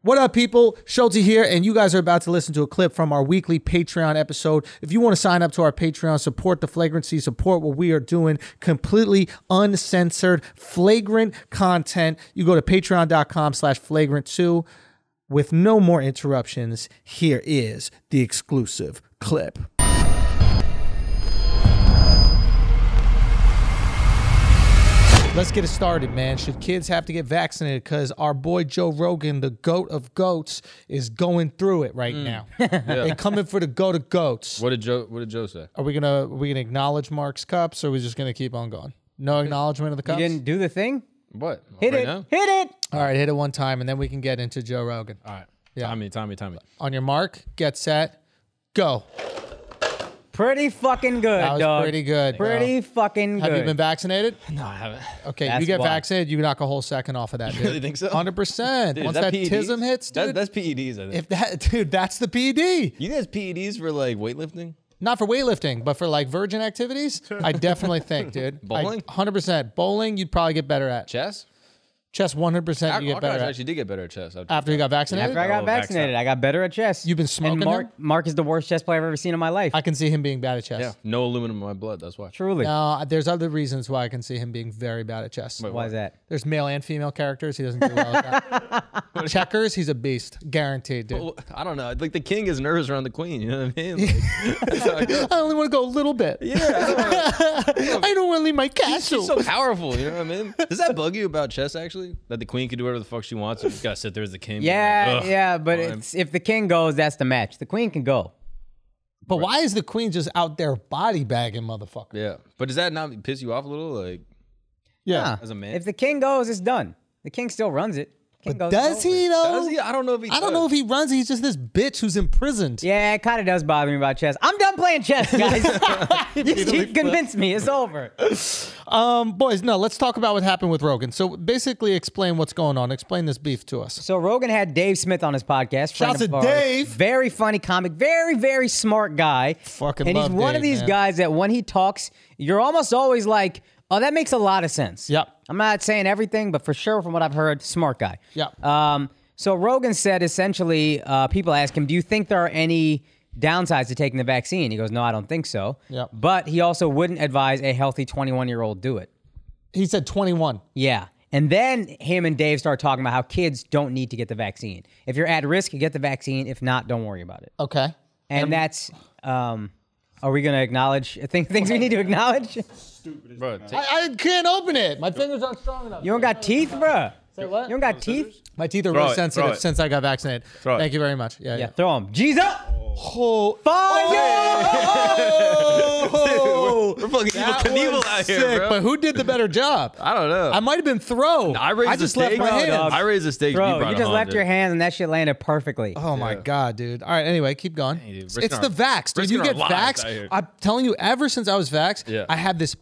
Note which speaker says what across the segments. Speaker 1: What up, people? Schulte here, and you guys are about to listen to a clip from our weekly Patreon episode. If you want to sign up to our Patreon, support the flagrancy, support what we are doing, completely uncensored, flagrant content, you go to patreon.com slash flagrant2. With no more interruptions, here is the exclusive clip. Let's get it started, man. Should kids have to get vaccinated? Because our boy Joe Rogan, the goat of goats, is going through it right now. They're coming for the goat of goats.
Speaker 2: What did Joe? What did Joe say?
Speaker 1: Are we gonna are we gonna acknowledge Mark's cups, or are we just gonna keep on going? No acknowledgement of the cups.
Speaker 3: You didn't do the thing.
Speaker 2: What?
Speaker 3: Hit
Speaker 2: right
Speaker 3: it.
Speaker 2: Now?
Speaker 3: Hit it.
Speaker 1: All right, hit it one time, and then we can get into Joe Rogan.
Speaker 2: All right. Tommy, Tommy, Tommy.
Speaker 1: On your mark, get set, go.
Speaker 3: Pretty fucking good,
Speaker 1: That was
Speaker 3: dog.
Speaker 1: pretty good. bro.
Speaker 3: Pretty fucking good.
Speaker 1: Have you been vaccinated?
Speaker 2: No, I haven't.
Speaker 1: Okay,
Speaker 3: That's
Speaker 1: you get
Speaker 3: why.
Speaker 1: vaccinated, you knock a whole second off of that. Dude.
Speaker 2: really think so?
Speaker 1: Hundred percent. Once that, tism hits, dude.
Speaker 2: E that's PEDs. I think.
Speaker 1: if that dude, that's the PD.
Speaker 2: you guys PEDs E for like weightlifting?
Speaker 1: not for weightlifting, but for like virgin activities, I definitely think, dude.
Speaker 2: Bowling?
Speaker 1: hundred percent. Bowling, you'd probably get better at.
Speaker 2: Chess?
Speaker 1: Chess, one hundred percent, you
Speaker 2: Al-
Speaker 1: get better
Speaker 2: Alcaraz
Speaker 1: at. Uh,
Speaker 2: actually did get better at chess. After,
Speaker 1: After you got vaccinated,
Speaker 3: After I got
Speaker 2: Oh, vaxxed
Speaker 3: vaccinated, I got better at chess.
Speaker 1: You've been smoking
Speaker 3: And Mark, Mark is the worst chess player I've ever seen in my life.
Speaker 1: I can see him being bad at chess.
Speaker 2: yeah. No aluminum in my blood. That's why.
Speaker 3: Truly.
Speaker 1: Uh, there's other reasons why I can see him being very bad at chess.
Speaker 3: Why is that?
Speaker 1: There's male and female characters. He doesn't do well at that. Checkers, he's a beast, guaranteed, dude.
Speaker 2: Well, I don't know. Like the king is nervous around the queen. You know what I mean? Like, that's how it goes.
Speaker 1: I only want to go a little bit.
Speaker 2: yeah.
Speaker 1: I don't want to leave my castle.
Speaker 2: She's so powerful. You know what I mean? Does that bug you about chess? Actually, that the queen can do whatever the fuck she wants. You just gotta sit there as the king. be
Speaker 3: yeah,
Speaker 2: like, "Ugh,
Speaker 3: yeah, but
Speaker 2: fine."
Speaker 3: it's, if the king goes, that's the match. The queen can go.
Speaker 1: but why is the queen just out there body bagging motherfucker?
Speaker 2: yeah. But does that not piss you off a little? Like,
Speaker 1: Yeah.
Speaker 3: Huh.
Speaker 2: As a man.
Speaker 3: If the king goes, it's done. The king still runs it. King goes, it's
Speaker 1: Does
Speaker 3: over.
Speaker 1: he though?
Speaker 2: does he? I don't know if he.
Speaker 1: I don't
Speaker 2: does.
Speaker 1: know if he runs. it. He's just this bitch who's imprisoned.
Speaker 3: Yeah, it kind of does bother me about chess. I'm done playing chess, guys. you convinced me. It's over.
Speaker 1: Um, boys, no, let's talk about what happened with Rogan. So basically, explain what's going on. Explain this beef to us.
Speaker 3: So Rogan had Dave Smith on his podcast. friend
Speaker 1: Shouts
Speaker 3: of
Speaker 1: to
Speaker 3: ours.
Speaker 1: Dave.
Speaker 3: Very funny comic, very very smart guy.
Speaker 1: Fucking
Speaker 3: and
Speaker 1: love
Speaker 3: he's one
Speaker 1: Dave,
Speaker 3: of these
Speaker 1: man.
Speaker 3: guys that when he talks, you're almost always like, oh, that makes a lot of sense.
Speaker 1: Yep.
Speaker 3: I'm not saying everything, but for sure from what I've heard, smart guy.
Speaker 1: Yep.
Speaker 3: Um. So Rogan said essentially, uh, people ask him, do you think there are any downsides to taking the vaccine? He goes, no, I don't think so.
Speaker 1: Yep.
Speaker 3: But he also wouldn't advise a healthy 21 year old do it.
Speaker 1: He said 21.
Speaker 3: Yeah. And then him and Dave start talking about how kids don't need to get the vaccine. If you're at risk, you get the vaccine. If not, don't worry about it.
Speaker 1: Okay.
Speaker 3: And that's, um, are we going to acknowledge things, things we need to acknowledge? You
Speaker 2: Bro, take-
Speaker 1: I, I can't open it. My fingers aren't strong enough.
Speaker 3: don't got teeth, bruh. Say
Speaker 1: what?
Speaker 3: You don't got teeth?
Speaker 1: My teeth are
Speaker 2: Throw
Speaker 1: really
Speaker 2: it, throw
Speaker 1: sensitive
Speaker 2: it.
Speaker 1: since I got vaccinated.
Speaker 2: Throw it.
Speaker 1: Thank you very much. Yeah.
Speaker 3: Yeah,
Speaker 1: yeah.
Speaker 3: throw them. Jesus!
Speaker 1: Oh,
Speaker 2: Oh! We're fucking evil
Speaker 1: that
Speaker 2: Knievel
Speaker 1: was
Speaker 2: out
Speaker 1: sick.
Speaker 2: here, bro.
Speaker 1: But who did the better job?
Speaker 2: I don't know.
Speaker 1: I might have been throw.
Speaker 2: I raised
Speaker 1: just
Speaker 2: the
Speaker 1: left
Speaker 2: stakes.
Speaker 1: my
Speaker 3: No,
Speaker 1: hands.
Speaker 3: dog.
Speaker 2: I raised the stakes.
Speaker 3: Bro,
Speaker 2: brought
Speaker 3: you
Speaker 2: it
Speaker 3: just
Speaker 2: home,
Speaker 3: left
Speaker 2: dude.
Speaker 3: your hands and that shit landed perfectly.
Speaker 1: Oh my god, dude! All right, anyway, keep going.
Speaker 2: dude,
Speaker 1: it's
Speaker 2: risking
Speaker 1: the
Speaker 2: our-
Speaker 1: vax, dude.
Speaker 2: risking
Speaker 1: You
Speaker 2: our
Speaker 1: get
Speaker 2: lives
Speaker 1: vax.
Speaker 2: out here.
Speaker 1: I'm telling you, ever since I was vax,
Speaker 2: Yeah. Mm-hmm.
Speaker 1: I have this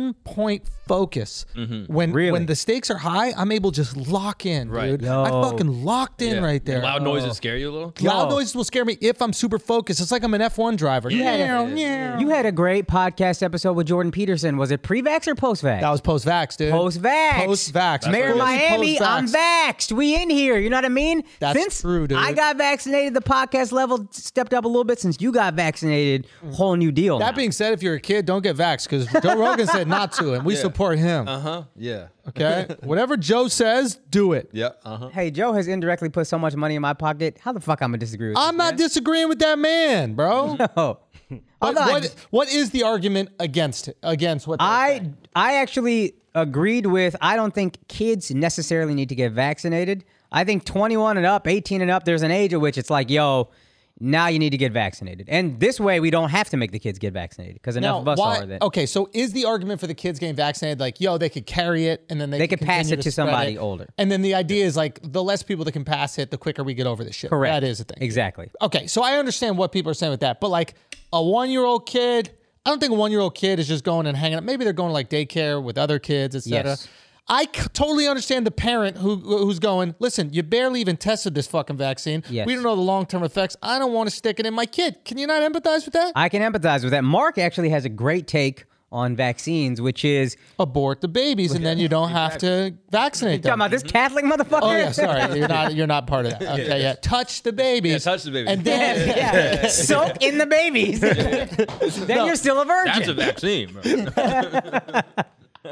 Speaker 1: pinpoint focus. When
Speaker 3: Really?
Speaker 1: when the stakes are high, I'm able to just lock in,
Speaker 2: Right.
Speaker 1: dude.
Speaker 3: Yo.
Speaker 1: I fucking locked in
Speaker 2: Yeah.
Speaker 1: right there.
Speaker 2: Loud noises scare you a little.
Speaker 1: Loud
Speaker 3: Yo.
Speaker 1: noises will scare me if I'm super focused. It's like I'm an F1 driver. Yeah,
Speaker 3: had a- You had a great podcast episode with Jordan Peterson. Was it pre-vax or post-vax?
Speaker 1: That was post vax, dude.
Speaker 3: Post-vax.
Speaker 1: Post-vax.
Speaker 3: Mayor of
Speaker 1: Fully
Speaker 3: Miami,
Speaker 1: post-vax.
Speaker 3: I'm vaxxed. We in here. You know what I mean?
Speaker 1: That's
Speaker 3: since
Speaker 1: true, dude.
Speaker 3: I got vaccinated, the podcast level stepped up a little bit. Since you got vaccinated, whole new deal.
Speaker 1: Mm. That
Speaker 3: now.
Speaker 1: being said, if you're a kid, don't get vaxxed because Joe Rogan said not to, and we support him.
Speaker 3: Uh-huh.
Speaker 2: Uh huh. Yeah.
Speaker 1: Okay, whatever Joe says, do it.
Speaker 2: Yeah. Uh huh.
Speaker 3: hey, Joe has indirectly put so much money in my pocket. How the fuck I'm gonna disagree with
Speaker 1: I'm not disagreeing with that man, bro.
Speaker 3: you? Oh.
Speaker 1: Um, But
Speaker 3: Although I,
Speaker 1: what, what is the argument against it? Against what? they're saying?
Speaker 3: I I actually agreed with. I don't think kids necessarily need to get vaccinated. I think 21 and up, 18 and up, there's an age at which it's like, yo, now you need to get vaccinated. And this way, we don't have to make the kids get vaccinated because enough
Speaker 1: Now,
Speaker 3: of us
Speaker 1: why-
Speaker 3: are that.
Speaker 1: Okay, so is the argument for the kids getting vaccinated like, yo, they could carry it and then they,
Speaker 3: They could pass
Speaker 1: continue
Speaker 3: it to
Speaker 1: spread
Speaker 3: somebody
Speaker 1: it.
Speaker 3: older.
Speaker 1: And then the idea is like, the less people that can pass it, the quicker we get over this shit.
Speaker 3: Correct.
Speaker 1: That is a thing.
Speaker 3: Exactly.
Speaker 1: Okay, so I understand what people are saying with that, but like a one year old kid, I don't think a one year old kid is just going and hanging out. Maybe they're going to like daycare with other kids, etc.
Speaker 3: Yes.
Speaker 1: I c- totally understand the parent who who's going. Listen, you barely even tested this fucking vaccine.
Speaker 3: Yes.
Speaker 1: We don't know the long term effects. I don't want to stick it in my kid. Can you not empathize with that?
Speaker 3: I can empathize with that. Mark actually has a great take on vaccines, which is
Speaker 1: Abort the babies, and then you don't have to vaccinate
Speaker 3: talking
Speaker 1: them.
Speaker 3: about this Catholic motherfucker.
Speaker 1: Oh yeah, sorry, you're not you're not part of that. Okay, yeah. Touch the babies.
Speaker 2: Yeah, touch the babies.
Speaker 1: And then
Speaker 3: yeah. Soak in the babies. then you're still a virgin.
Speaker 2: That's a vaccine. Bro.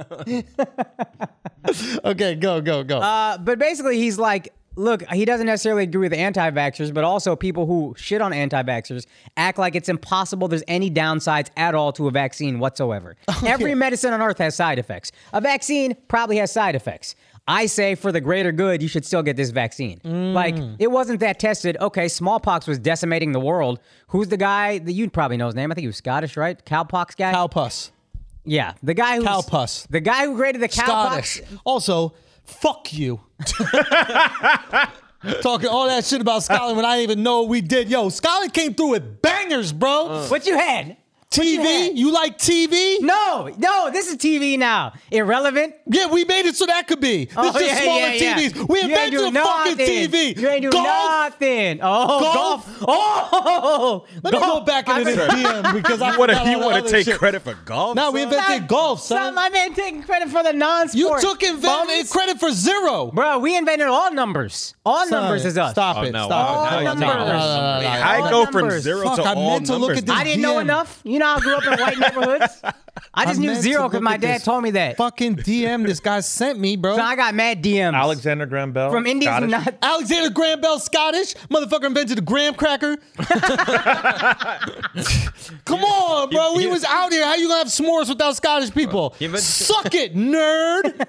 Speaker 1: okay, go go go.
Speaker 3: Uh, but basically, he's like, look, he doesn't necessarily agree with anti-vaxxers, but also people who shit on anti-vaxxers act like it's impossible there's any downsides at all to a vaccine whatsoever.
Speaker 1: Oh,
Speaker 3: Every medicine on earth has side effects. A vaccine probably has side effects. I say for the greater good, you should still get this vaccine.
Speaker 1: Mm.
Speaker 3: Like it wasn't that tested. Okay, smallpox was decimating the world. Who's the guy that you probably know his name? I think he was Scottish, right? Cowpox guy.
Speaker 1: Cowpus.
Speaker 3: yeah, the guy who
Speaker 1: Cowpus.
Speaker 3: The guy who created the cowpox.
Speaker 1: Scottish. Also, fuck you. Talking all that shit about Scotland when I didn't even know what we did. Yo, Scotland came through with bangers, bro.
Speaker 3: Uh. What you had?
Speaker 1: TV?
Speaker 3: had?
Speaker 1: You like TV?
Speaker 3: No, no, this is TV now. Irrelevant.
Speaker 1: Yeah, we made it so that could be. This
Speaker 3: Oh,
Speaker 1: is just
Speaker 3: yeah,
Speaker 1: smaller
Speaker 3: yeah, yeah.
Speaker 1: TVs. We
Speaker 3: You ain't
Speaker 1: invented
Speaker 3: do
Speaker 1: the fucking
Speaker 3: nothing.
Speaker 1: TV.
Speaker 3: You ain't do
Speaker 1: Golf?
Speaker 3: nothing. Oh, golf.
Speaker 1: Golf?
Speaker 3: Oh,
Speaker 1: Let
Speaker 3: golf.
Speaker 1: me go back into this DM because I
Speaker 4: What if
Speaker 1: forgot
Speaker 4: you
Speaker 1: all the
Speaker 4: want
Speaker 1: other
Speaker 4: to take
Speaker 1: shit.
Speaker 4: credit for golf?
Speaker 1: Now we
Speaker 4: son?
Speaker 1: invented golf, son.
Speaker 3: Some, I've been taking credit for the non-sport.
Speaker 1: you took invent-
Speaker 3: Bums.
Speaker 1: credit for zero.
Speaker 3: Bro, we invented all numbers. All
Speaker 1: Son,
Speaker 3: numbers is us.
Speaker 1: Stop
Speaker 2: Oh,
Speaker 1: it.
Speaker 2: no,
Speaker 1: Stop
Speaker 2: wow.
Speaker 1: it. No, no,
Speaker 2: Now you're taking
Speaker 1: no, no, no, no.
Speaker 4: I
Speaker 3: all
Speaker 4: go from
Speaker 3: numbers.
Speaker 4: zero
Speaker 1: Fuck,
Speaker 4: to
Speaker 1: I
Speaker 4: all
Speaker 1: meant to look
Speaker 4: numbers.
Speaker 1: at this-
Speaker 3: I didn't know
Speaker 1: DM.
Speaker 3: enough. You know, I grew up in white neighborhoods. I just
Speaker 1: I
Speaker 3: knew
Speaker 1: meant
Speaker 3: zero
Speaker 1: to
Speaker 3: because
Speaker 1: look
Speaker 3: my
Speaker 1: at
Speaker 3: dad
Speaker 1: this
Speaker 3: told me that.
Speaker 1: Fucking DM this guy sent me, bro.
Speaker 3: So I got mad DMs
Speaker 4: Alexander Graham Bell
Speaker 3: from Indians who
Speaker 4: Scottish.
Speaker 3: not
Speaker 1: Alexander Graham Bell Scottish motherfucker invented the graham cracker. Come on, bro. We was out here. How you gonna have s'mores without Scottish people?
Speaker 2: He invented-
Speaker 1: Suck it, nerd.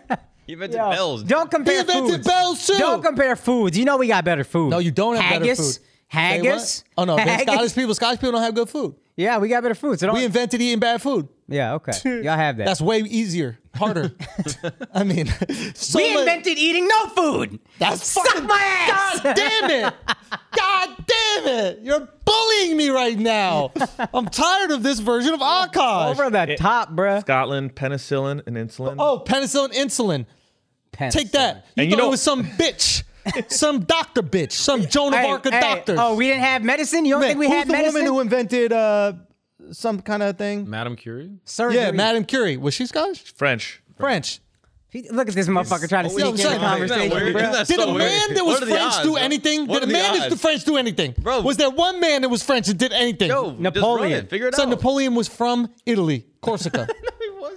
Speaker 2: He invented
Speaker 3: Yo,
Speaker 2: bells.
Speaker 3: Don't
Speaker 1: He
Speaker 3: compare
Speaker 1: invented
Speaker 3: foods.
Speaker 1: bells too.
Speaker 3: Don't compare foods. You know we got better food.
Speaker 1: no, you don't have
Speaker 3: haggis,
Speaker 1: better food. Say what?
Speaker 3: Haggis.
Speaker 1: Oh no, but
Speaker 3: haggis.
Speaker 1: Scottish people. Scottish people don't have good food.
Speaker 3: Yeah, we got better food. So don't.
Speaker 1: We invented eating bad food.
Speaker 3: yeah, okay. Y'all have that.
Speaker 1: That's way easier, harder. I mean, so
Speaker 3: we
Speaker 1: much-
Speaker 3: invented eating no food.
Speaker 1: That's
Speaker 3: Suck
Speaker 1: fucking-
Speaker 3: my ass!
Speaker 1: God damn it! God damn it! You're bullying me right now. I'm tired of this version of Akash.
Speaker 3: Over the top, bruh.
Speaker 4: Scotland, penicillin, and insulin.
Speaker 1: oh, penicillin, insulin.
Speaker 3: Pence.
Speaker 1: Take that. You
Speaker 4: And you
Speaker 1: thought
Speaker 4: know-
Speaker 1: it was some bitch, some doctor bitch, some Joan of
Speaker 3: Hey,
Speaker 1: Arc of
Speaker 3: hey,
Speaker 1: doctors.
Speaker 3: Oh, we didn't have medicine. You don't
Speaker 1: Man,
Speaker 3: think we
Speaker 1: who's
Speaker 3: had
Speaker 1: the
Speaker 3: medicine?
Speaker 1: woman who invented uh, some kind of thing?
Speaker 2: Madame Curie?
Speaker 3: Surgery.
Speaker 1: Yeah, Madame Curie. Was she Scottish?
Speaker 4: French.
Speaker 1: French.
Speaker 3: He- Look at this motherfucker trying to
Speaker 1: yo,
Speaker 3: sneak in
Speaker 1: son, isn't
Speaker 3: the
Speaker 1: that
Speaker 3: conversation.
Speaker 2: weird?
Speaker 3: bruh.
Speaker 2: That's
Speaker 1: Did
Speaker 2: so
Speaker 1: a
Speaker 2: weird.
Speaker 1: man that
Speaker 2: What
Speaker 1: was
Speaker 2: are the
Speaker 1: French
Speaker 2: odds,
Speaker 1: do
Speaker 2: bro?
Speaker 1: anything?
Speaker 2: What
Speaker 1: Did a
Speaker 2: are the
Speaker 1: man that
Speaker 2: odds?
Speaker 1: was French do anything?
Speaker 2: Bro.
Speaker 1: Was there one man that was French that did anything?
Speaker 2: Yo, just run
Speaker 3: Napoleon.
Speaker 2: it. Figure it
Speaker 1: So
Speaker 2: out.
Speaker 1: Napoleon was from Italy, Corsica.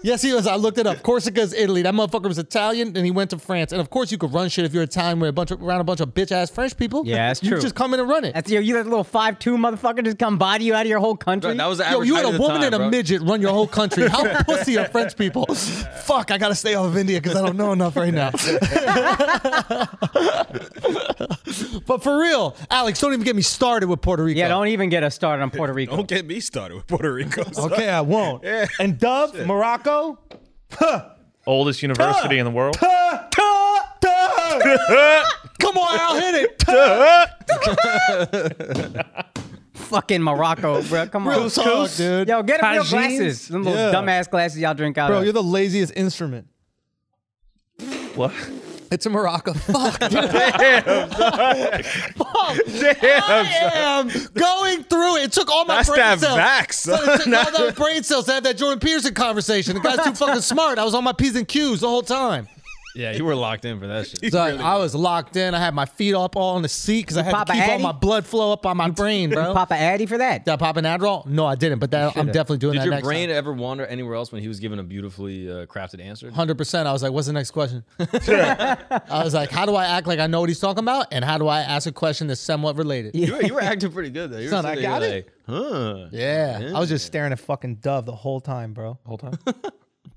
Speaker 1: Yes, he was. I looked it up. Corsica is Italy. That motherfucker was Italian, and he went to France. And of course, you could run shit if you're Italian with a bunch of, around a bunch of bitch ass French people.
Speaker 3: Yeah, that's
Speaker 1: you
Speaker 3: true.
Speaker 1: just come in and run it.
Speaker 3: That's you. You that little five two motherfucker just come body you out of your whole country.
Speaker 2: Bro, that was the
Speaker 1: Yo,
Speaker 2: average
Speaker 1: you
Speaker 2: height
Speaker 1: had
Speaker 2: of
Speaker 1: a
Speaker 2: the
Speaker 1: woman
Speaker 2: time,
Speaker 1: and a
Speaker 2: bro.
Speaker 1: midget run your whole country. How pussy are French people? Fuck, I gotta stay off of India because I don't know enough right now. but for real, Alex, don't even get me started with Puerto Rico.
Speaker 3: yeah, don't even get us started on Puerto Rico.
Speaker 4: Don't get me started with Puerto Rico. son.
Speaker 1: Okay, uh, I won't. And Dove, Morocco.
Speaker 4: Oldest university in the world.
Speaker 1: Come on, Al, hit it.
Speaker 3: Fucking Morocco, bro. Come on.
Speaker 1: Real talk, dude.
Speaker 3: Yo, get him real
Speaker 4: Tagines?
Speaker 3: glasses. Them little
Speaker 1: Yeah.
Speaker 3: dumbass glasses y'all drink out
Speaker 1: Bro,
Speaker 3: of.
Speaker 1: you're the laziest instrument.
Speaker 4: What?
Speaker 1: It's a Morocco. Fuck, dude. I am going through it. It took all my
Speaker 4: That's
Speaker 1: brain
Speaker 4: that
Speaker 1: cells.
Speaker 4: vax,
Speaker 1: So it took all my brain cells to have that Jordan Peterson conversation. The guy's too fucking smart. I was on my P's and Q's the whole time.
Speaker 2: Yeah, you were locked in for that shit.
Speaker 1: So I was locked in. I had my feet up all on the seat because I had
Speaker 3: Papa
Speaker 1: to keep all
Speaker 3: Addy?
Speaker 1: my blood flow up on my brain, bro.
Speaker 3: Papa Addy for that.
Speaker 1: Did I pop an Adderall? No, I didn't. But that, I'm definitely doing
Speaker 2: Did
Speaker 1: that
Speaker 2: your
Speaker 1: next
Speaker 2: brain
Speaker 1: time.
Speaker 2: ever wander anywhere else when he was given a beautifully uh, crafted answer?
Speaker 1: 100%. I was like, what's the next question? I was like, how do I act like I know what he's talking about? And how do I ask a question that's somewhat related?
Speaker 2: You were, you were acting pretty good though. You were
Speaker 1: Son, I
Speaker 2: sitting
Speaker 1: got
Speaker 2: there
Speaker 1: it.
Speaker 2: Like, huh.
Speaker 1: Yeah. I was just staring at fucking Dove the whole time, bro.
Speaker 4: Whole time.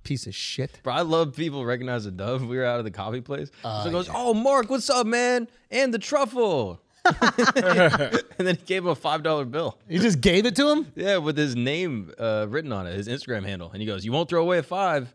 Speaker 1: Piece of shit.
Speaker 2: Bro, I love people recognize the dove. We were out of the coffee place. so he goes, "Oh, Mark, what's up, man? And the truffle." and then he gave him a five dollar bill.
Speaker 1: You just gave it to him?
Speaker 2: Yeah, with his name uh, written on it, his Instagram handle, and he goes, "You won't throw away a five.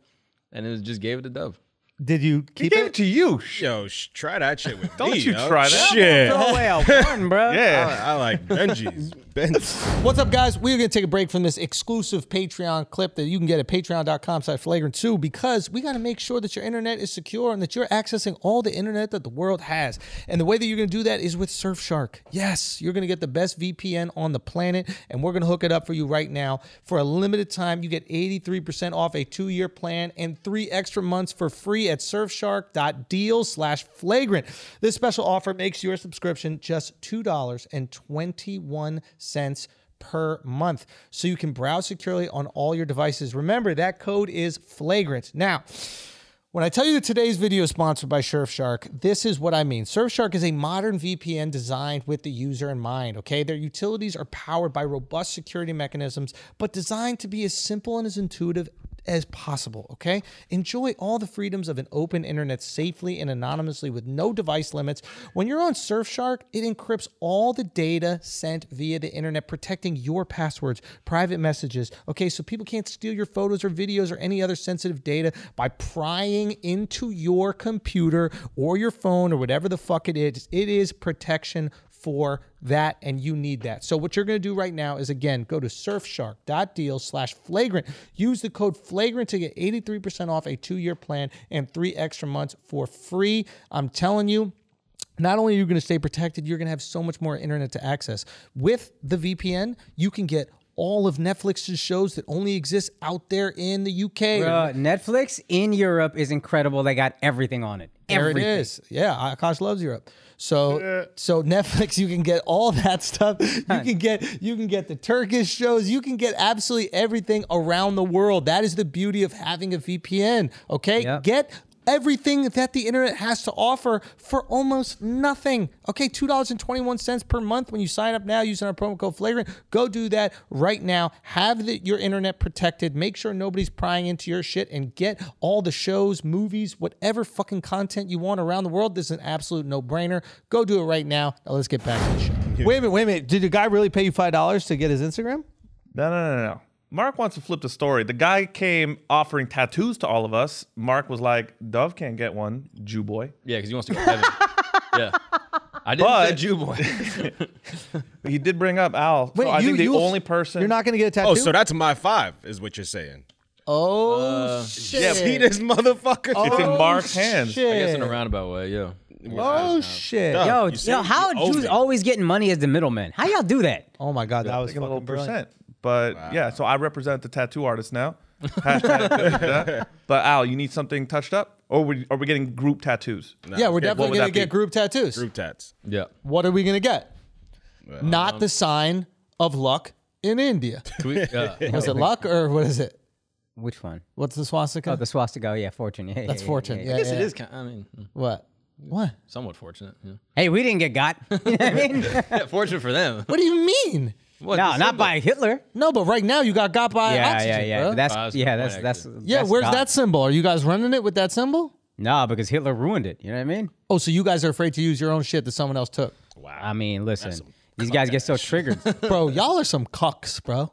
Speaker 2: and it was- just gave it to Dove.
Speaker 1: Did you keep
Speaker 2: Give it
Speaker 1: it?
Speaker 2: to you.
Speaker 5: Yo, sh- try that shit with
Speaker 4: Don't
Speaker 5: me.
Speaker 4: you
Speaker 5: yo.
Speaker 4: try that.
Speaker 5: Shit.
Speaker 3: Throw away a one, bro.
Speaker 4: Yeah.
Speaker 5: I, I like Benji's. Ben's.
Speaker 1: What's up, guys? We're going to take a break from this exclusive Patreon clip that you can get at patreon.com slash flagrant2 because we got to make sure that your internet is secure and that you're accessing all the internet that the world has. And the way that you're going to do that is with Surfshark. Yes, you're going to get the best VPN on the planet, and we're going to hook it up for you right now. For a limited time, you get 83% off a two-year plan and three extra months for free at surfshark.deal slash flagrant. This special offer makes your subscription just $2.21 per month so you can browse securely on all your devices. Remember, that code is flagrant. Now, when I tell you that today's video is sponsored by Surfshark, this is what I mean. Surfshark is a modern VPN designed with the user in mind, okay? Their utilities are powered by robust security mechanisms, but designed to be as simple and as intuitive as possible, okay? Enjoy all the freedoms of an open internet safely and anonymously with no device limits. When you're on Surfshark, it encrypts all the data sent via the internet, protecting your passwords, private messages, okay? So people can't steal your photos or videos or any other sensitive data by prying into your computer or your phone or whatever the fuck it is. It is protection for that and you need that. So what you're going to do right now is again go to surfshark.deal slash flagrant. Use the code flagrant to get 83% off a two-year plan and three extra months for free. I'm telling you, not only are you going to stay protected, you're going to have so much more internet to access. With the VPN, you can get all of Netflix's shows that only exist out there in the UK.
Speaker 3: Bro, Netflix in Europe is incredible. They got everything on it.
Speaker 1: There
Speaker 3: Everything.
Speaker 1: it is. Yeah, Akash loves Europe. So so Netflix, you can get all that stuff. You can get you can get the Turkish shows. You can get absolutely everything around the world. That is the beauty of having a VPN. Okay,
Speaker 3: Yep.
Speaker 1: get everything that the internet has to offer for almost nothing. Okay, two dollars and twenty one cents per month when you sign up now using our promo code Flagrant. Go do that right now. Have the, your internet protected. Make sure nobody's prying into your shit and get all the shows, movies, whatever fucking content you want around the world. This is an absolute no brainer. Go do it right now. Now let's get back to the show. Wait a minute, wait a minute. Did the guy really pay you five dollars to get his Instagram?
Speaker 4: No, no, no, no. Mark wants to flip the story. The guy came offering tattoos to all of us. Mark was like, Dove can't get one, Jew boy.
Speaker 2: Yeah, because he wants to go heaven. yeah. I didn't
Speaker 4: But-
Speaker 2: say Jew boy.
Speaker 4: But he did bring up Al. So I think the only person.
Speaker 1: you're not going to get a tattoo.
Speaker 5: Oh, so that's my five, is what you're saying.
Speaker 1: oh
Speaker 5: Uh,
Speaker 1: shit.
Speaker 5: See this motherfucker?
Speaker 1: Oh,
Speaker 4: It's in Mark's hands.
Speaker 2: I guess in a
Speaker 1: Shit.
Speaker 2: roundabout way, yeah.
Speaker 1: Oh shit!
Speaker 3: Yo,
Speaker 5: You see,
Speaker 3: yo, how
Speaker 5: you
Speaker 3: are
Speaker 5: owe
Speaker 3: Jews
Speaker 5: me.
Speaker 3: always getting money as the middleman? How y'all do that?
Speaker 1: Oh my god, that was
Speaker 4: like a little
Speaker 1: fucking brilliant.
Speaker 4: percent. But yeah, so I represent the tattoo artist now. Hashtag that. but Al, you need something touched up, or we, are we getting group tattoos?
Speaker 1: Yeah, we're
Speaker 5: Okay,
Speaker 4: what
Speaker 1: definitely
Speaker 4: would
Speaker 1: gonna
Speaker 4: that
Speaker 1: get
Speaker 4: be?
Speaker 1: group tattoos.
Speaker 5: Group tats.
Speaker 2: Yeah.
Speaker 1: What are we gonna get? Not the sign of luck in India.
Speaker 2: Can we- uh, yeah.
Speaker 1: Was it luck or what is it?
Speaker 3: Which one?
Speaker 1: What's the swastika?
Speaker 3: The swastika. Oh, yeah, fortune. Yeah, yeah,
Speaker 1: That's
Speaker 3: yeah,
Speaker 1: fortune.
Speaker 3: yeah.
Speaker 1: Yeah,
Speaker 2: I guess
Speaker 1: yeah.
Speaker 2: it is kind. I mean,
Speaker 1: What? What?
Speaker 2: somewhat fortunate. Yeah.
Speaker 3: Hey, we didn't get got. You know what I mean?
Speaker 2: yeah fortunate for them.
Speaker 1: What do you mean?
Speaker 2: What,
Speaker 3: no,
Speaker 2: the
Speaker 3: not
Speaker 2: symbol?
Speaker 3: by Hitler.
Speaker 1: No, but right now you got got by
Speaker 3: Yeah, yeah,
Speaker 1: oxygen,
Speaker 3: yeah.
Speaker 1: bro.
Speaker 3: That's,
Speaker 2: Oh, that's a
Speaker 3: yeah,
Speaker 2: good
Speaker 3: that's
Speaker 2: point,
Speaker 3: that's
Speaker 1: yeah,
Speaker 3: that's
Speaker 1: where's
Speaker 3: got-
Speaker 1: that symbol? Are you guys running it with that symbol?
Speaker 3: Nah, because Hitler ruined it. You know what I mean?
Speaker 1: Oh, so you guys are afraid to use your own shit that someone else took.
Speaker 3: I mean, listen, these guys get so triggered.
Speaker 1: Bro, y'all are some cucks, bro.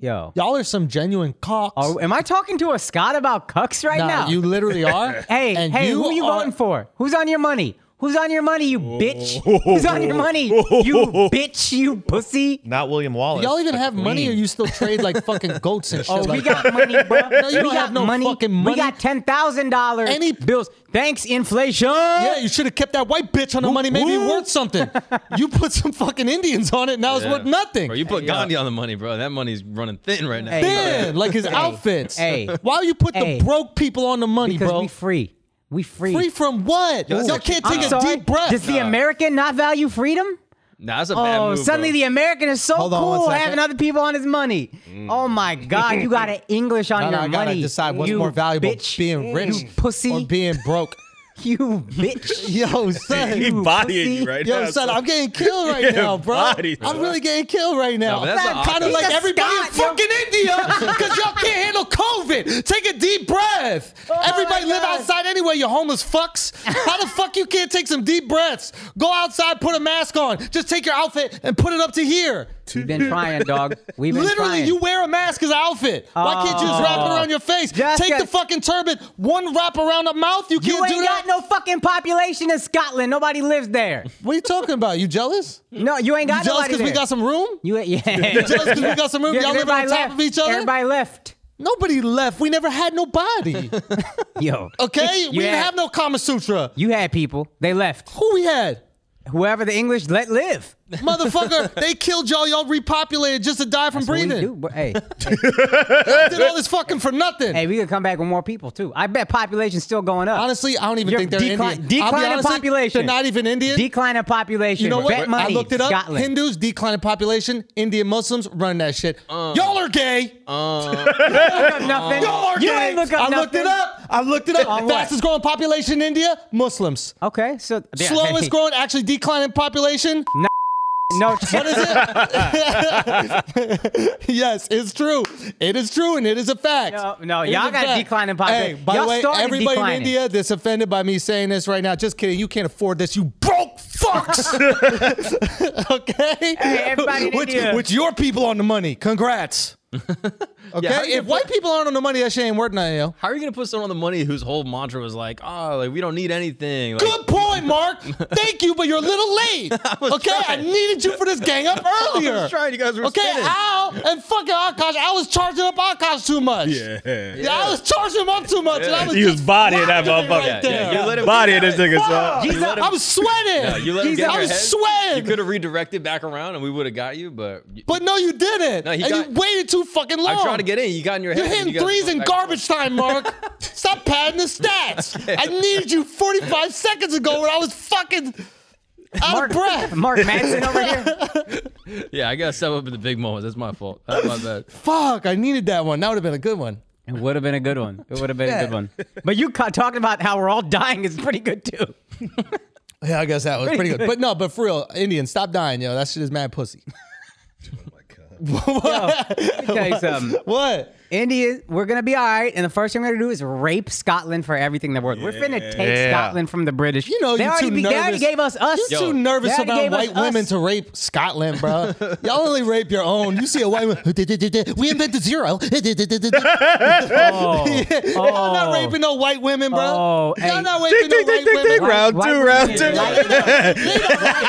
Speaker 3: Yo,
Speaker 1: Y'all are some genuine cucks.
Speaker 3: Oh, am I talking to a Scott about cucks right
Speaker 1: Nah,
Speaker 3: now?
Speaker 1: you literally are.
Speaker 3: hey,
Speaker 1: and
Speaker 3: hey,
Speaker 1: you
Speaker 3: who you
Speaker 1: are-
Speaker 3: voting for? Who's on your money? Who's on your money, you bitch? Who's on your money, you bitch, you pussy?
Speaker 4: Not William Wallace.
Speaker 1: Y'all even
Speaker 4: the
Speaker 1: have money, or
Speaker 4: queen.
Speaker 1: you still trade like fucking goats and shit?
Speaker 3: Oh, we
Speaker 1: like
Speaker 3: got
Speaker 1: that.
Speaker 3: money, bro.
Speaker 1: No, you don't
Speaker 3: we got
Speaker 1: have no
Speaker 3: money.
Speaker 1: fucking
Speaker 3: We
Speaker 1: money.
Speaker 3: got ten thousand dollars
Speaker 1: Any-
Speaker 3: bills. Thanks, inflation.
Speaker 1: Yeah, you should have kept that white bitch on the money. Maybe it
Speaker 3: whoop.
Speaker 1: worth something. you put some fucking Indians on it. Now it's
Speaker 2: Yeah.
Speaker 1: worth nothing.
Speaker 2: Bro, you put Gandhi on the money, bro. That money's running thin right now.
Speaker 3: Hey.
Speaker 1: Thin, like his outfits.
Speaker 3: hey,
Speaker 1: why you put
Speaker 3: hey.
Speaker 1: the broke people on the money,
Speaker 3: because
Speaker 1: bro?
Speaker 3: we free. We free.
Speaker 1: Free from what? Y'all can't
Speaker 3: I'm
Speaker 1: take a
Speaker 3: sorry?
Speaker 1: deep breath.
Speaker 3: Does the American not value freedom?
Speaker 2: Nah, that's a bad
Speaker 3: Oh,
Speaker 2: move.
Speaker 3: suddenly
Speaker 2: bro.
Speaker 3: the American is so
Speaker 1: Hold on one
Speaker 3: cool
Speaker 1: second.
Speaker 3: having other people on his money.
Speaker 2: Mm.
Speaker 3: Oh my God, you got an English on
Speaker 1: No, no,
Speaker 3: your
Speaker 1: I gotta
Speaker 3: money.
Speaker 1: decide what's
Speaker 3: you
Speaker 1: more valuable:
Speaker 3: bitch.
Speaker 1: being rich,
Speaker 3: you pussy,
Speaker 1: or being broke.
Speaker 3: you bitch.
Speaker 1: Yo, son.
Speaker 5: He bodying you
Speaker 3: pussy.
Speaker 5: right
Speaker 1: Yo,
Speaker 5: now.
Speaker 1: son, I'm getting killed right now, bro.
Speaker 5: body,
Speaker 1: I'm
Speaker 5: bro.
Speaker 1: really getting killed right now.
Speaker 2: No, but that's
Speaker 1: I'm
Speaker 2: not
Speaker 1: kind of
Speaker 2: awesome.
Speaker 1: like
Speaker 3: He's a
Speaker 1: everybody in
Speaker 3: Scot, yo.
Speaker 1: fucking India because y'all can't handle COVID. Take a deep breath. everybody
Speaker 3: my
Speaker 1: live
Speaker 3: God.
Speaker 1: outside anyway, you homeless fucks. How the fuck you can't take some deep breaths? Go outside, put a mask on. Just take your outfit and put it up to here.
Speaker 3: We've been trying, dog. We've been
Speaker 1: Literally,
Speaker 3: trying.
Speaker 1: you wear a mask as an outfit. Why can't you just wrap
Speaker 3: Oh.
Speaker 1: it around your face?
Speaker 3: Jessica-
Speaker 1: Take the fucking turban, one wrap around the mouth. You
Speaker 3: You
Speaker 1: can't do
Speaker 3: ain't
Speaker 1: that.
Speaker 3: got no fucking population in Scotland. Nobody lives there.
Speaker 1: what are you talking about? You jealous?
Speaker 3: No, you ain't got
Speaker 1: you jealous
Speaker 3: nobody
Speaker 1: because we
Speaker 3: there.
Speaker 1: got some room?
Speaker 3: you ain't- yeah.
Speaker 1: jealous because we got some room?
Speaker 3: Yeah,
Speaker 1: Y'all
Speaker 3: 'cause
Speaker 1: living on
Speaker 3: everybody
Speaker 1: top
Speaker 3: left.
Speaker 1: of each other?
Speaker 3: Everybody left.
Speaker 1: Nobody left. We never had nobody.
Speaker 3: Yo,
Speaker 1: Okay? we didn't
Speaker 3: had-
Speaker 1: have no Kama Sutra.
Speaker 3: you had people. They left.
Speaker 1: Who we had?
Speaker 3: Whoever the English let live.
Speaker 1: Motherfucker, they killed y'all. Y'all repopulated just to die from
Speaker 3: That's what we
Speaker 1: breathing.
Speaker 3: do. But, hey,
Speaker 1: Y'all did all this fucking for nothing.
Speaker 3: hey, we could come back with more people too. I bet population's still going up.
Speaker 1: Honestly, I don't even
Speaker 3: You're
Speaker 1: think they're
Speaker 3: decline-
Speaker 1: Indian. I'll be
Speaker 3: declining
Speaker 1: honest with you,
Speaker 3: population.
Speaker 1: They're not even Indian.
Speaker 3: Decline in population.
Speaker 1: You know
Speaker 3: Bet
Speaker 1: what?
Speaker 3: money.
Speaker 1: I looked it up.
Speaker 3: Scotland.
Speaker 1: Hindus declining population. Indian Muslims run that shit. Y'all are gay.
Speaker 3: Look up nothing.
Speaker 1: Y'all are
Speaker 3: you
Speaker 1: gay.
Speaker 3: ain't look up
Speaker 1: I
Speaker 3: nothing.
Speaker 1: looked it up. I looked it
Speaker 3: On
Speaker 1: up.
Speaker 3: what?
Speaker 1: Fastest growing population in India, Muslims.
Speaker 3: Okay, so yeah,
Speaker 1: Slowest
Speaker 3: hey,
Speaker 1: growing, actually declining population.
Speaker 3: No,
Speaker 1: yes, it's true. It is true, and it is a fact.
Speaker 3: No, no,
Speaker 1: It is
Speaker 3: y'all
Speaker 1: a
Speaker 3: got
Speaker 1: fact.
Speaker 3: declining population.
Speaker 1: Hey, by
Speaker 3: Y'all
Speaker 1: the way,
Speaker 3: started
Speaker 1: everybody
Speaker 3: declining.
Speaker 1: in India that's offended by me saying this right now, just kidding. You can't afford this. You broke fucks. okay.
Speaker 3: everybody in
Speaker 1: which,
Speaker 3: India.
Speaker 1: which your people on the money. Congrats. Okay,
Speaker 2: how you
Speaker 1: if white people aren't on the money, that shit ain't worth nothing, yo.
Speaker 2: How are you gonna put someone on the money whose whole mantra was like, "Oh, like we don't need anything." Like,
Speaker 1: Good point, Mark. Thank you, but you're a little late. okay, I needed you for this gang up earlier.
Speaker 2: I was trying. You guys were
Speaker 1: Okay, ah.
Speaker 2: spinning.
Speaker 1: Al and fucking Akash, I was charging up Akash too much.
Speaker 5: Yeah.
Speaker 1: Yeah, I was charging him up too much. and I was
Speaker 5: He was
Speaker 1: just
Speaker 5: bodying that
Speaker 1: flopping it
Speaker 5: motherfucker.
Speaker 1: Right
Speaker 5: Yeah,
Speaker 1: there.
Speaker 2: you let him
Speaker 5: Body of this nigga,
Speaker 1: Fuck!
Speaker 5: son.
Speaker 2: You let him-
Speaker 1: I was sweating.
Speaker 2: No, you let him
Speaker 1: Jesus,
Speaker 2: get in
Speaker 1: I
Speaker 2: your
Speaker 1: was
Speaker 2: head. You
Speaker 1: sweating.
Speaker 2: could have redirected back around, and we would have got you. But, you-
Speaker 1: but no, you didn't.
Speaker 2: No, he
Speaker 1: and
Speaker 2: got-
Speaker 1: you waited too fucking long.
Speaker 2: I tried to get in. You got in your head.
Speaker 1: You're
Speaker 2: and
Speaker 1: hitting
Speaker 2: you guys
Speaker 1: threes
Speaker 2: went
Speaker 1: in
Speaker 2: back and forth.
Speaker 1: garbage time, Mark. Stop padding the stats. I needed you 45 seconds ago when I was fucking out
Speaker 3: Mark,
Speaker 1: of breath.
Speaker 3: Mark Manson over here.
Speaker 2: Yeah, I gotta step up in the big moments. That's my fault. That's my bad.
Speaker 1: Fuck, I needed that one. That would have been a good one.
Speaker 3: It would have been a good one. It would have been a good one. But you ca- talking about how we're all dying is pretty good too.
Speaker 1: Yeah, I guess that was pretty good. But no, but for real, Indian, stop dying, yo. That shit is mad pussy.
Speaker 3: Let me tell you something.
Speaker 1: What?
Speaker 3: India, we're gonna be all right, and the first thing we're gonna do is rape Scotland for everything they're worth. We're finna take
Speaker 4: Yeah.
Speaker 3: Scotland from the British.
Speaker 1: You know,
Speaker 3: they
Speaker 1: you
Speaker 3: already
Speaker 1: too
Speaker 3: be- They already
Speaker 1: nervous.
Speaker 3: gave us us.
Speaker 1: You're too nervous
Speaker 3: They already
Speaker 1: about
Speaker 3: gave us
Speaker 1: white women
Speaker 3: us.
Speaker 1: to rape Scotland, bro. Y'all only rape your own. You see a white woman, we invented zero.
Speaker 3: Oh.
Speaker 1: Y'all not raping no white women, bro.
Speaker 3: Oh,
Speaker 1: Y'all
Speaker 3: hey.
Speaker 1: not raping no
Speaker 5: Ding, ding,
Speaker 1: white
Speaker 5: ding, ding, ding.
Speaker 1: women.
Speaker 5: Round
Speaker 3: White
Speaker 5: two,
Speaker 3: women
Speaker 5: round
Speaker 3: is
Speaker 5: two.
Speaker 3: light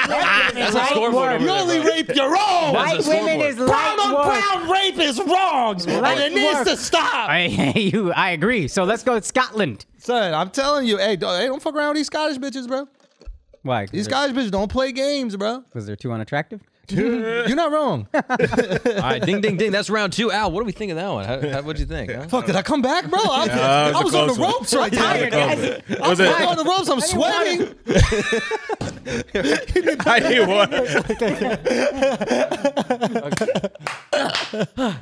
Speaker 3: work.
Speaker 2: a
Speaker 3: Light
Speaker 2: scoreboard
Speaker 3: work.
Speaker 2: over
Speaker 1: You
Speaker 2: there.
Speaker 1: only rape your own.
Speaker 3: White
Speaker 2: That's a
Speaker 3: women is
Speaker 2: scoreboard.
Speaker 1: brown
Speaker 3: light
Speaker 1: on
Speaker 3: work.
Speaker 1: brown rape is wrong, and it needs
Speaker 3: work.
Speaker 1: to stop.
Speaker 3: I, you, I agree. So let's go with Scotland.
Speaker 1: Son, I'm telling you, hey, don't, hey, don't fuck around with these Scottish bitches, bro.
Speaker 3: Why? Because
Speaker 1: These Scottish bitches don't play games, bro.
Speaker 3: they're too unattractive.
Speaker 1: You're not wrong.
Speaker 2: All right, ding, ding, ding. That's round two. Al, what do we think of that one? How, how, what'd you think? huh?
Speaker 1: Fuck, did I come back, bro? I,
Speaker 5: Yeah, that
Speaker 1: I was
Speaker 5: was a
Speaker 1: on the
Speaker 5: close one.
Speaker 1: ropes right
Speaker 3: Tired,
Speaker 1: there.
Speaker 3: guys.
Speaker 5: Was it?
Speaker 1: I'm on the ropes. I'm sweating.
Speaker 5: I need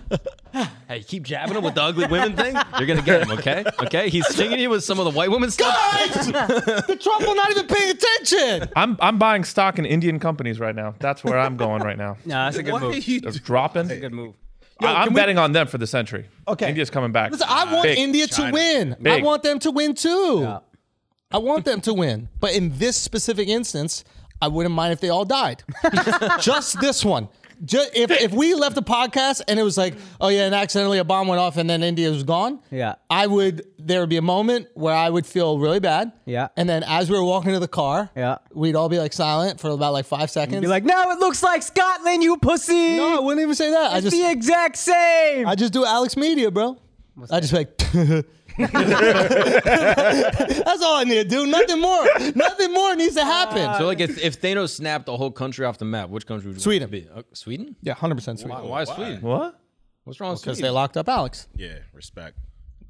Speaker 5: one.
Speaker 2: Hey, you keep jabbing him with the ugly women thing. You're gonna get him, okay? Okay. He's stinging you with some of the white women stuff.
Speaker 1: Guys, the Trump will not even pay attention.
Speaker 4: I'm I'm buying stock in Indian companies right now. That's where I'm going right now.
Speaker 3: No, that's a good
Speaker 5: What are
Speaker 3: move.
Speaker 5: you
Speaker 4: It's dropping.
Speaker 3: Good move.
Speaker 4: I, am betting on them for the century.
Speaker 1: Okay.
Speaker 4: India's coming back.
Speaker 1: Listen, I want
Speaker 4: Big.
Speaker 1: India to
Speaker 5: China.
Speaker 1: win. I
Speaker 4: Big.
Speaker 1: want them to win too.
Speaker 3: Yeah.
Speaker 1: I want them to win. But in this specific instance, I wouldn't mind if they all died. Just this one. Ju- if, if we left the podcast and it was like, oh yeah, and accidentally a bomb went off and then India was gone,
Speaker 3: Yeah.
Speaker 1: I would. There would be a moment where I would feel really bad.
Speaker 3: Yeah.
Speaker 1: And then as we were walking to the car,
Speaker 3: Yeah.
Speaker 1: we'd all be like silent for about like five seconds.
Speaker 3: Be like, no, it looks like Scotland, you pussy.
Speaker 1: no, I wouldn't even say that. I
Speaker 3: it's
Speaker 1: just
Speaker 3: the exact same.
Speaker 1: I just do Alex Media, bro. I just like. That's all I need to do. Nothing more. Nothing more needs to happen.
Speaker 2: So like, if, if Thanos snapped the whole country off the map, which country would you
Speaker 1: Sweden.
Speaker 2: Be? Uh, Sweden?
Speaker 1: yeah, hundred percent sweet.
Speaker 2: Why Sweden?
Speaker 4: What?
Speaker 2: What's wrong with
Speaker 1: Because
Speaker 2: Sweden?
Speaker 1: they locked up Alex.
Speaker 5: Yeah, respect.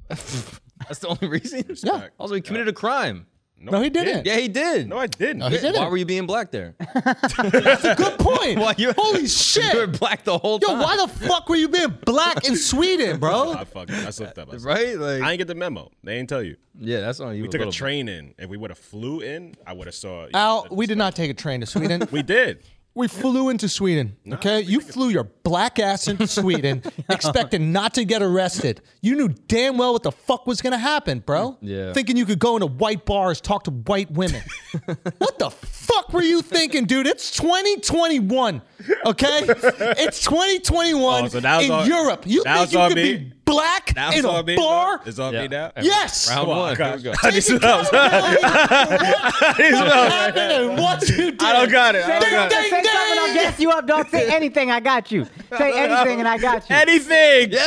Speaker 2: That's the only reason.
Speaker 1: Yeah.
Speaker 2: Also, he committed a crime.
Speaker 1: No, he didn't.
Speaker 2: Yeah, he did.
Speaker 5: No, I didn't.
Speaker 1: he didn't.
Speaker 2: Why were you being black there?
Speaker 1: Good point.
Speaker 2: Why you-
Speaker 1: Holy
Speaker 2: You were
Speaker 1: shit.
Speaker 2: black the whole
Speaker 1: Yo,
Speaker 2: time.
Speaker 1: why the fuck were you being black in Sweden, bro?
Speaker 5: I fucking, I slipped up. I slipped
Speaker 2: Right? Like,
Speaker 5: I ain't get the memo. They ain't tell you.
Speaker 2: yeah, that's on you.
Speaker 5: We took a train in. If we would have flew in, I would have saw.
Speaker 1: Al, we did not take a train to Sweden.
Speaker 5: We did.
Speaker 1: We flew into Sweden. Okay, you flew your black ass into Sweden, expecting not to get arrested. You knew damn well what the fuck was gonna happen, bro.
Speaker 2: Yeah.
Speaker 1: Thinking you could go into white bars, talk to white women. what the fuck were you thinking, dude? It's 2021. Okay, it's 2021
Speaker 5: Oh, so now it's
Speaker 1: in
Speaker 5: all-
Speaker 1: Europe. You
Speaker 5: now
Speaker 1: think
Speaker 5: it's
Speaker 1: you
Speaker 5: all
Speaker 1: could
Speaker 5: me?
Speaker 1: be black
Speaker 5: Now
Speaker 1: in
Speaker 5: it's all
Speaker 1: a
Speaker 5: me.
Speaker 1: bar?
Speaker 5: It's all me now. Oh,
Speaker 1: Yes.
Speaker 2: Round
Speaker 5: Wow,
Speaker 2: one. Here
Speaker 5: God.
Speaker 2: we go.
Speaker 1: Take accountability for what happened and what you did.
Speaker 5: I don't got it. I
Speaker 1: Ding,
Speaker 5: don't got it.
Speaker 1: ding,
Speaker 3: Say something, I'll
Speaker 1: ding.
Speaker 3: gas you up, dog. Say anything, I got you. Say anything, and I got you.
Speaker 5: Anything.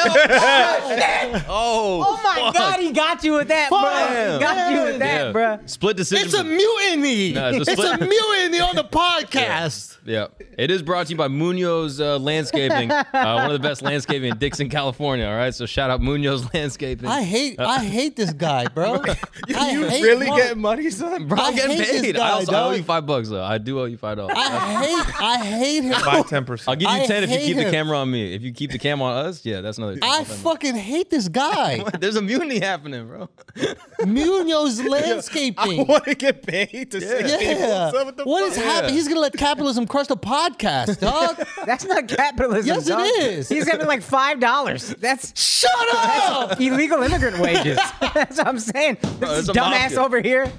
Speaker 2: Oh,
Speaker 3: Oh my God, he got you with that, bro.
Speaker 1: Damn.
Speaker 3: He got you with
Speaker 2: yeah.
Speaker 3: that, bro.
Speaker 2: Split decision.
Speaker 1: It's a mutiny.
Speaker 2: No, it's
Speaker 1: it's,
Speaker 2: a
Speaker 1: a
Speaker 2: split-
Speaker 1: mutiny on the podcast.
Speaker 2: Yeah, it is brought to you by Munoz uh, Landscaping, uh, one of the best landscaping in Dixon, California. All right, so shout out Munoz Landscaping.
Speaker 1: I hate I hate this guy, bro. I
Speaker 5: you
Speaker 1: hate
Speaker 5: really
Speaker 1: Mark.
Speaker 5: getting money, son?
Speaker 2: Bro,
Speaker 1: I
Speaker 2: I'm getting
Speaker 1: hate this
Speaker 2: paid.
Speaker 1: guy,
Speaker 2: I, also, I owe
Speaker 1: dog.
Speaker 2: you five bucks though. I do owe you five dollars.
Speaker 1: I hate I hate him.
Speaker 4: By ten
Speaker 2: I'll
Speaker 4: percent.
Speaker 2: give you
Speaker 1: I
Speaker 2: ten if you
Speaker 1: hate
Speaker 2: keep
Speaker 1: him.
Speaker 2: the camera on me. If you keep the camera on us, yeah, that's another. thing.
Speaker 1: I fucking hate this guy.
Speaker 2: There's a mutiny happening, bro.
Speaker 1: Munoz
Speaker 5: I
Speaker 1: landscaping.
Speaker 5: want to get paid to say people.
Speaker 1: Yeah.
Speaker 5: So what the
Speaker 1: What is
Speaker 5: fuck?
Speaker 1: happening? He's gonna let capitalism crush the podcast, dog.
Speaker 3: That's not capitalism.
Speaker 1: Yes, it
Speaker 3: dog.
Speaker 1: is.
Speaker 3: He's having like five dollars. That's
Speaker 1: Shut up!
Speaker 3: illegal immigrant wages. That's what I'm saying. This
Speaker 2: it's
Speaker 3: is
Speaker 2: a
Speaker 3: dumbass
Speaker 2: mafia.
Speaker 3: over here.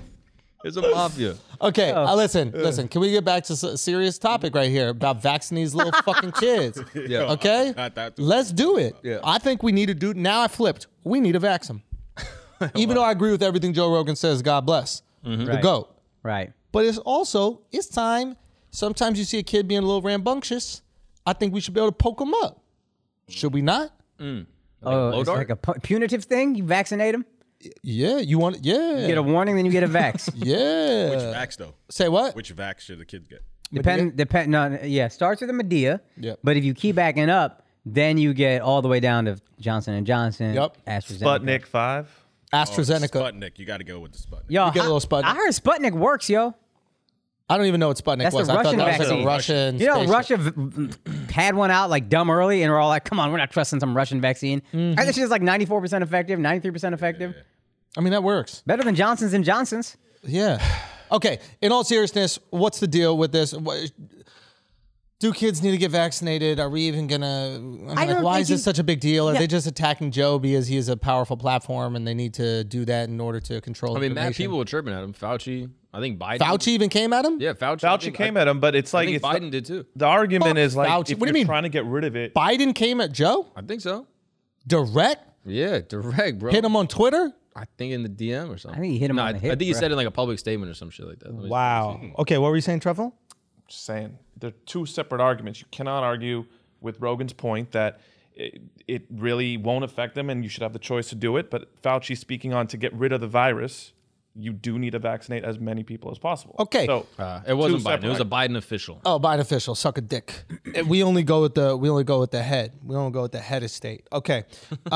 Speaker 2: It's a mafia.
Speaker 1: Okay,
Speaker 5: Oh.
Speaker 1: uh, listen, listen. Can we get back to a serious topic right here about vaccinating these little fucking kids?
Speaker 2: Yeah.
Speaker 1: Uh, Okay,
Speaker 5: Not Uh, that-
Speaker 1: let's do it.
Speaker 2: Yeah.
Speaker 1: I think we need to do. Now I flipped. We need a vaccine. Even though I agree with everything Joe Rogan says, God bless
Speaker 5: Mm-hmm.
Speaker 1: the
Speaker 3: Right.
Speaker 1: goat.
Speaker 3: Right.
Speaker 1: But it's also it's time. Sometimes you see a kid being a little rambunctious. I think we should be able to poke him up. Should we not?
Speaker 3: Oh, it's
Speaker 2: Lodart?
Speaker 3: like a pu- punitive thing. You vaccinate him,
Speaker 1: Yeah, you want? Yeah,
Speaker 3: get a warning, then you get a vax.
Speaker 1: yeah.
Speaker 5: Which vax though?
Speaker 1: Say what?
Speaker 5: Which vax should the kids get?
Speaker 3: Depend, depend. No, yeah. Starts with a Medea.
Speaker 1: Yeah.
Speaker 3: But if you keep backing up, then you get all the way down to Johnson and Johnson.
Speaker 1: Yup.
Speaker 3: AstraZeneca.
Speaker 4: Sputnik five.
Speaker 1: AstraZeneca.
Speaker 5: oh, Sputnik. You got to go with the Sputnik.
Speaker 3: Yo,
Speaker 1: get a
Speaker 3: I-
Speaker 1: little Sputnik.
Speaker 3: I heard Sputnik works, yo.
Speaker 1: I don't even know what Sputnik
Speaker 3: That's the
Speaker 1: was. I thought
Speaker 3: Russian
Speaker 1: that was like a
Speaker 3: vaccine.
Speaker 1: Russian.
Speaker 3: You know,
Speaker 1: spaceship.
Speaker 3: Russia v- had one out like dumb early, and we're all like, "Come on, we're not trusting some Russian vaccine."
Speaker 1: Mm-hmm.
Speaker 3: I think she's like ninety-four percent effective, ninety-three percent effective,
Speaker 1: I mean, that works.
Speaker 3: better than Johnson's and Johnson's.
Speaker 1: Yeah. Okay. In all seriousness, what's the deal with this? What- Do kids need to get vaccinated? Are we even gonna? I mean, like,
Speaker 3: don't
Speaker 1: why
Speaker 3: think
Speaker 1: is this
Speaker 3: you-
Speaker 1: such a big deal? Are
Speaker 3: Yeah.
Speaker 1: they just attacking Joe because he is a powerful platform and they need to do that in order to control?
Speaker 2: I mean, mad
Speaker 1: information?
Speaker 2: people were chirping at him. Fauci, I think Biden.
Speaker 1: Fauci even came at him.
Speaker 2: Yeah, Fauci. I
Speaker 4: Fauci
Speaker 2: think-
Speaker 4: came
Speaker 2: I,
Speaker 4: at him, but it's
Speaker 2: I
Speaker 4: like
Speaker 2: think
Speaker 4: it's
Speaker 2: Biden
Speaker 4: the,
Speaker 2: did too.
Speaker 4: the argument
Speaker 1: Fuck
Speaker 4: is like
Speaker 1: Fauci.
Speaker 4: if
Speaker 1: What do you
Speaker 4: you're
Speaker 1: mean?
Speaker 4: trying to get rid of it.
Speaker 1: Biden came at Joe
Speaker 2: I think so.
Speaker 1: direct.
Speaker 2: Yeah, direct, bro.
Speaker 1: Hit him on Twitter.
Speaker 2: I think in the DM or something.
Speaker 3: I think he hit him
Speaker 2: No,
Speaker 3: on
Speaker 2: I,
Speaker 3: the
Speaker 2: I
Speaker 3: hip,
Speaker 2: think he
Speaker 3: bro.
Speaker 2: said it in like a public statement or some shit like that. Let me-
Speaker 1: Wow. Okay, what were you saying, Trevor?
Speaker 4: just saying they're two separate arguments. You cannot argue with Rogan's point that it, it really won't affect them and you should have the choice to do it. But Fauci speaking on to get rid of the virus, you do need to vaccinate as many people as possible.
Speaker 1: Okay.
Speaker 4: So
Speaker 2: Uh, it wasn't Biden.
Speaker 4: separate
Speaker 2: It was a Biden official.
Speaker 1: Oh, Biden official, suck a dick. we only go with the we only go with the head. We don't go with the head of state. Okay.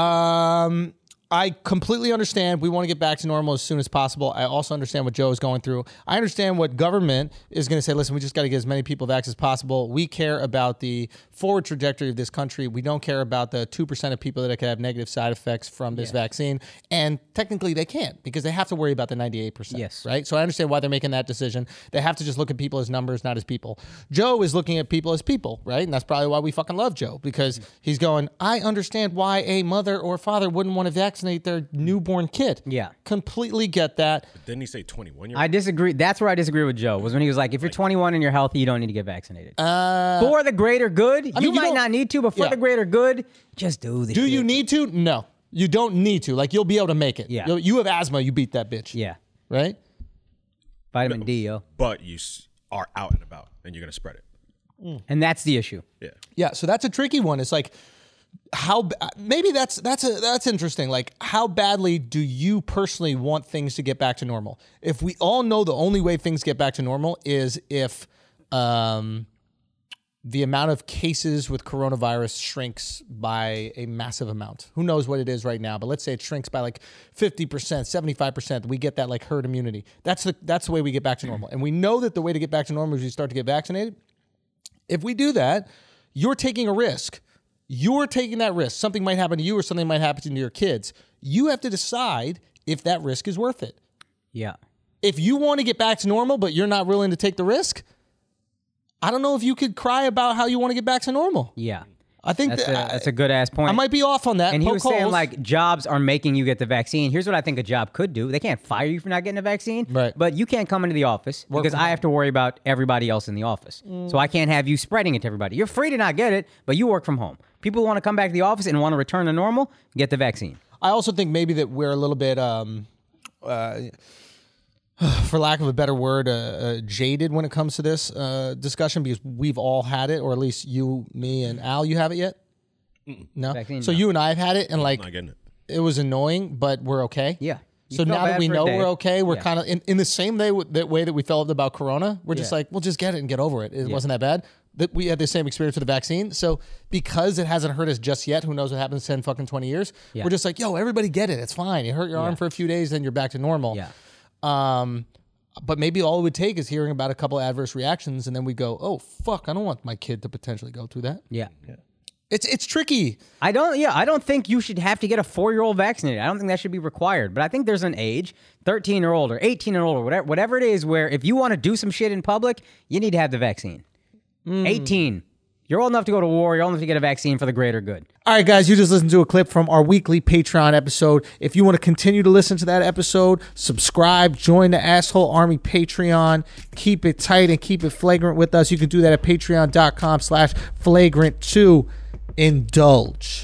Speaker 1: um I completely understand we want to get back to normal as soon as possible. I also understand what Joe is going through. I understand what government is going to say, listen, we just got to get as many people vaccinated as possible. We care about the forward trajectory of this country. We don't care about the 2% of people that could have negative side effects from this vaccine. And technically they can't because they have to worry about the 98%,
Speaker 3: Yes.
Speaker 1: right? So I understand why they're making that decision. They have to just look at people as numbers, not as people. Joe is looking at people as people, right? And that's probably why we fucking love Joe because he's going, I understand why a mother or father wouldn't want to vaccinate their newborn kid.
Speaker 3: Yeah.
Speaker 1: Completely get that.
Speaker 5: Didn't he say 21 year
Speaker 3: I disagree. That's where I disagree with Joe was when he was like, "If you're 21 and you're healthy, you don't need to get vaccinated for the greater good. you
Speaker 1: Uh, mean, you
Speaker 3: might
Speaker 1: don't-
Speaker 3: not need to, but for
Speaker 1: Yeah.
Speaker 3: the greater good, just do the
Speaker 1: Do
Speaker 3: shit.
Speaker 1: you need to? No. You don't need to. Like you'll be able to make it.
Speaker 3: Yeah.
Speaker 1: You- You have asthma, you beat that bitch.
Speaker 3: Yeah,
Speaker 1: Right?
Speaker 3: vitamin D, yo,
Speaker 5: But you s- are out and about and you're going to spread it.
Speaker 3: and that's the issue.
Speaker 5: Yeah.
Speaker 1: Yeah, so that's a tricky one. It's like how ba- maybe that's that's a, that's interesting. Like how badly do you personally want things to get back to normal? If we all know the only way things get back to normal is if um the amount of cases with coronavirus shrinks by a massive amount. Who knows what it is right now, but let's say it shrinks by like 50%, 75%, we get that like herd immunity. That's the that's the way we get back to normal. And we know that the way to get back to normal is you start to get vaccinated. If we do that, you're taking a risk. You're taking that risk. Something might happen to you or something might happen to your kids. You have to decide if that risk is worth it.
Speaker 3: Yeah,
Speaker 1: If you want to get back to normal, but you're not willing to take the risk, I don't know if you could cry about how you want to get back to normal.
Speaker 3: yeah.
Speaker 1: I think
Speaker 3: That's a,
Speaker 1: that-
Speaker 3: that's a good ass point.
Speaker 1: I might be off on that.
Speaker 3: And he
Speaker 1: Poke
Speaker 3: was saying
Speaker 1: holes.
Speaker 3: like jobs are making you get the vaccine. Here's what I think a job could do: they can't fire you for not getting a vaccine,
Speaker 1: Right.
Speaker 3: But you can't come into the office because I have to worry about everybody else in the office,
Speaker 1: Mm.
Speaker 3: so I can't have you spreading it to everybody. You're free to not get it, but you work from home. People want to come back to the office and want to return to normal. Get the vaccine.
Speaker 1: I also think maybe that we're a little bit, um, uh, for lack of a better word, uh, uh, jaded when it comes to this uh, discussion because we've all had it, or at least you, me, and Al. You have it yet? No.
Speaker 3: Vaccine,
Speaker 1: so
Speaker 3: no.
Speaker 1: you and I have had it, and like
Speaker 5: Not getting it.
Speaker 1: it was annoying, but we're okay.
Speaker 3: Yeah. You
Speaker 1: so
Speaker 3: felt
Speaker 1: now that
Speaker 3: bad
Speaker 1: we
Speaker 3: for a
Speaker 1: know
Speaker 3: day.
Speaker 1: we're okay, we're
Speaker 3: Yeah.
Speaker 1: kind of in, in the same day w- that way that we felt about Corona. We're just
Speaker 3: Yeah.
Speaker 1: like, we'll just get it and get over it. It wasn't that bad. That we had the same experience with the vaccine. So because it hasn't hurt us just yet, who knows what happens in fucking twenty years?
Speaker 3: Yeah.
Speaker 1: We're just like, yo, everybody get it. It's fine. You hurt your arm for a few days, then you're back to normal.
Speaker 3: Yeah.
Speaker 1: Um, but maybe all it would take is hearing about a couple adverse reactions, and then we go, oh fuck, I don't want my kid to potentially go through that.
Speaker 3: Yeah.
Speaker 1: It's it's tricky.
Speaker 3: I don't. Yeah, I don't think you should have to get a four-year-old vaccinated. I don't think that should be required. But I think there's an age, thirteen or older, eighteen or older, whatever, whatever it is, where if you want to do some shit in public, you need to have the vaccine. Eighteen. You're old enough to go to war. You're old enough to get a vaccine for the greater good.
Speaker 1: All right, guys, you just listened to a clip from our weekly Patreon episode. If you want to continue to listen to that episode, subscribe, join the Asshole Army Patreon. Keep it tight and keep it flagrant with us. You can do that at patreon.com slash flagrant to indulge.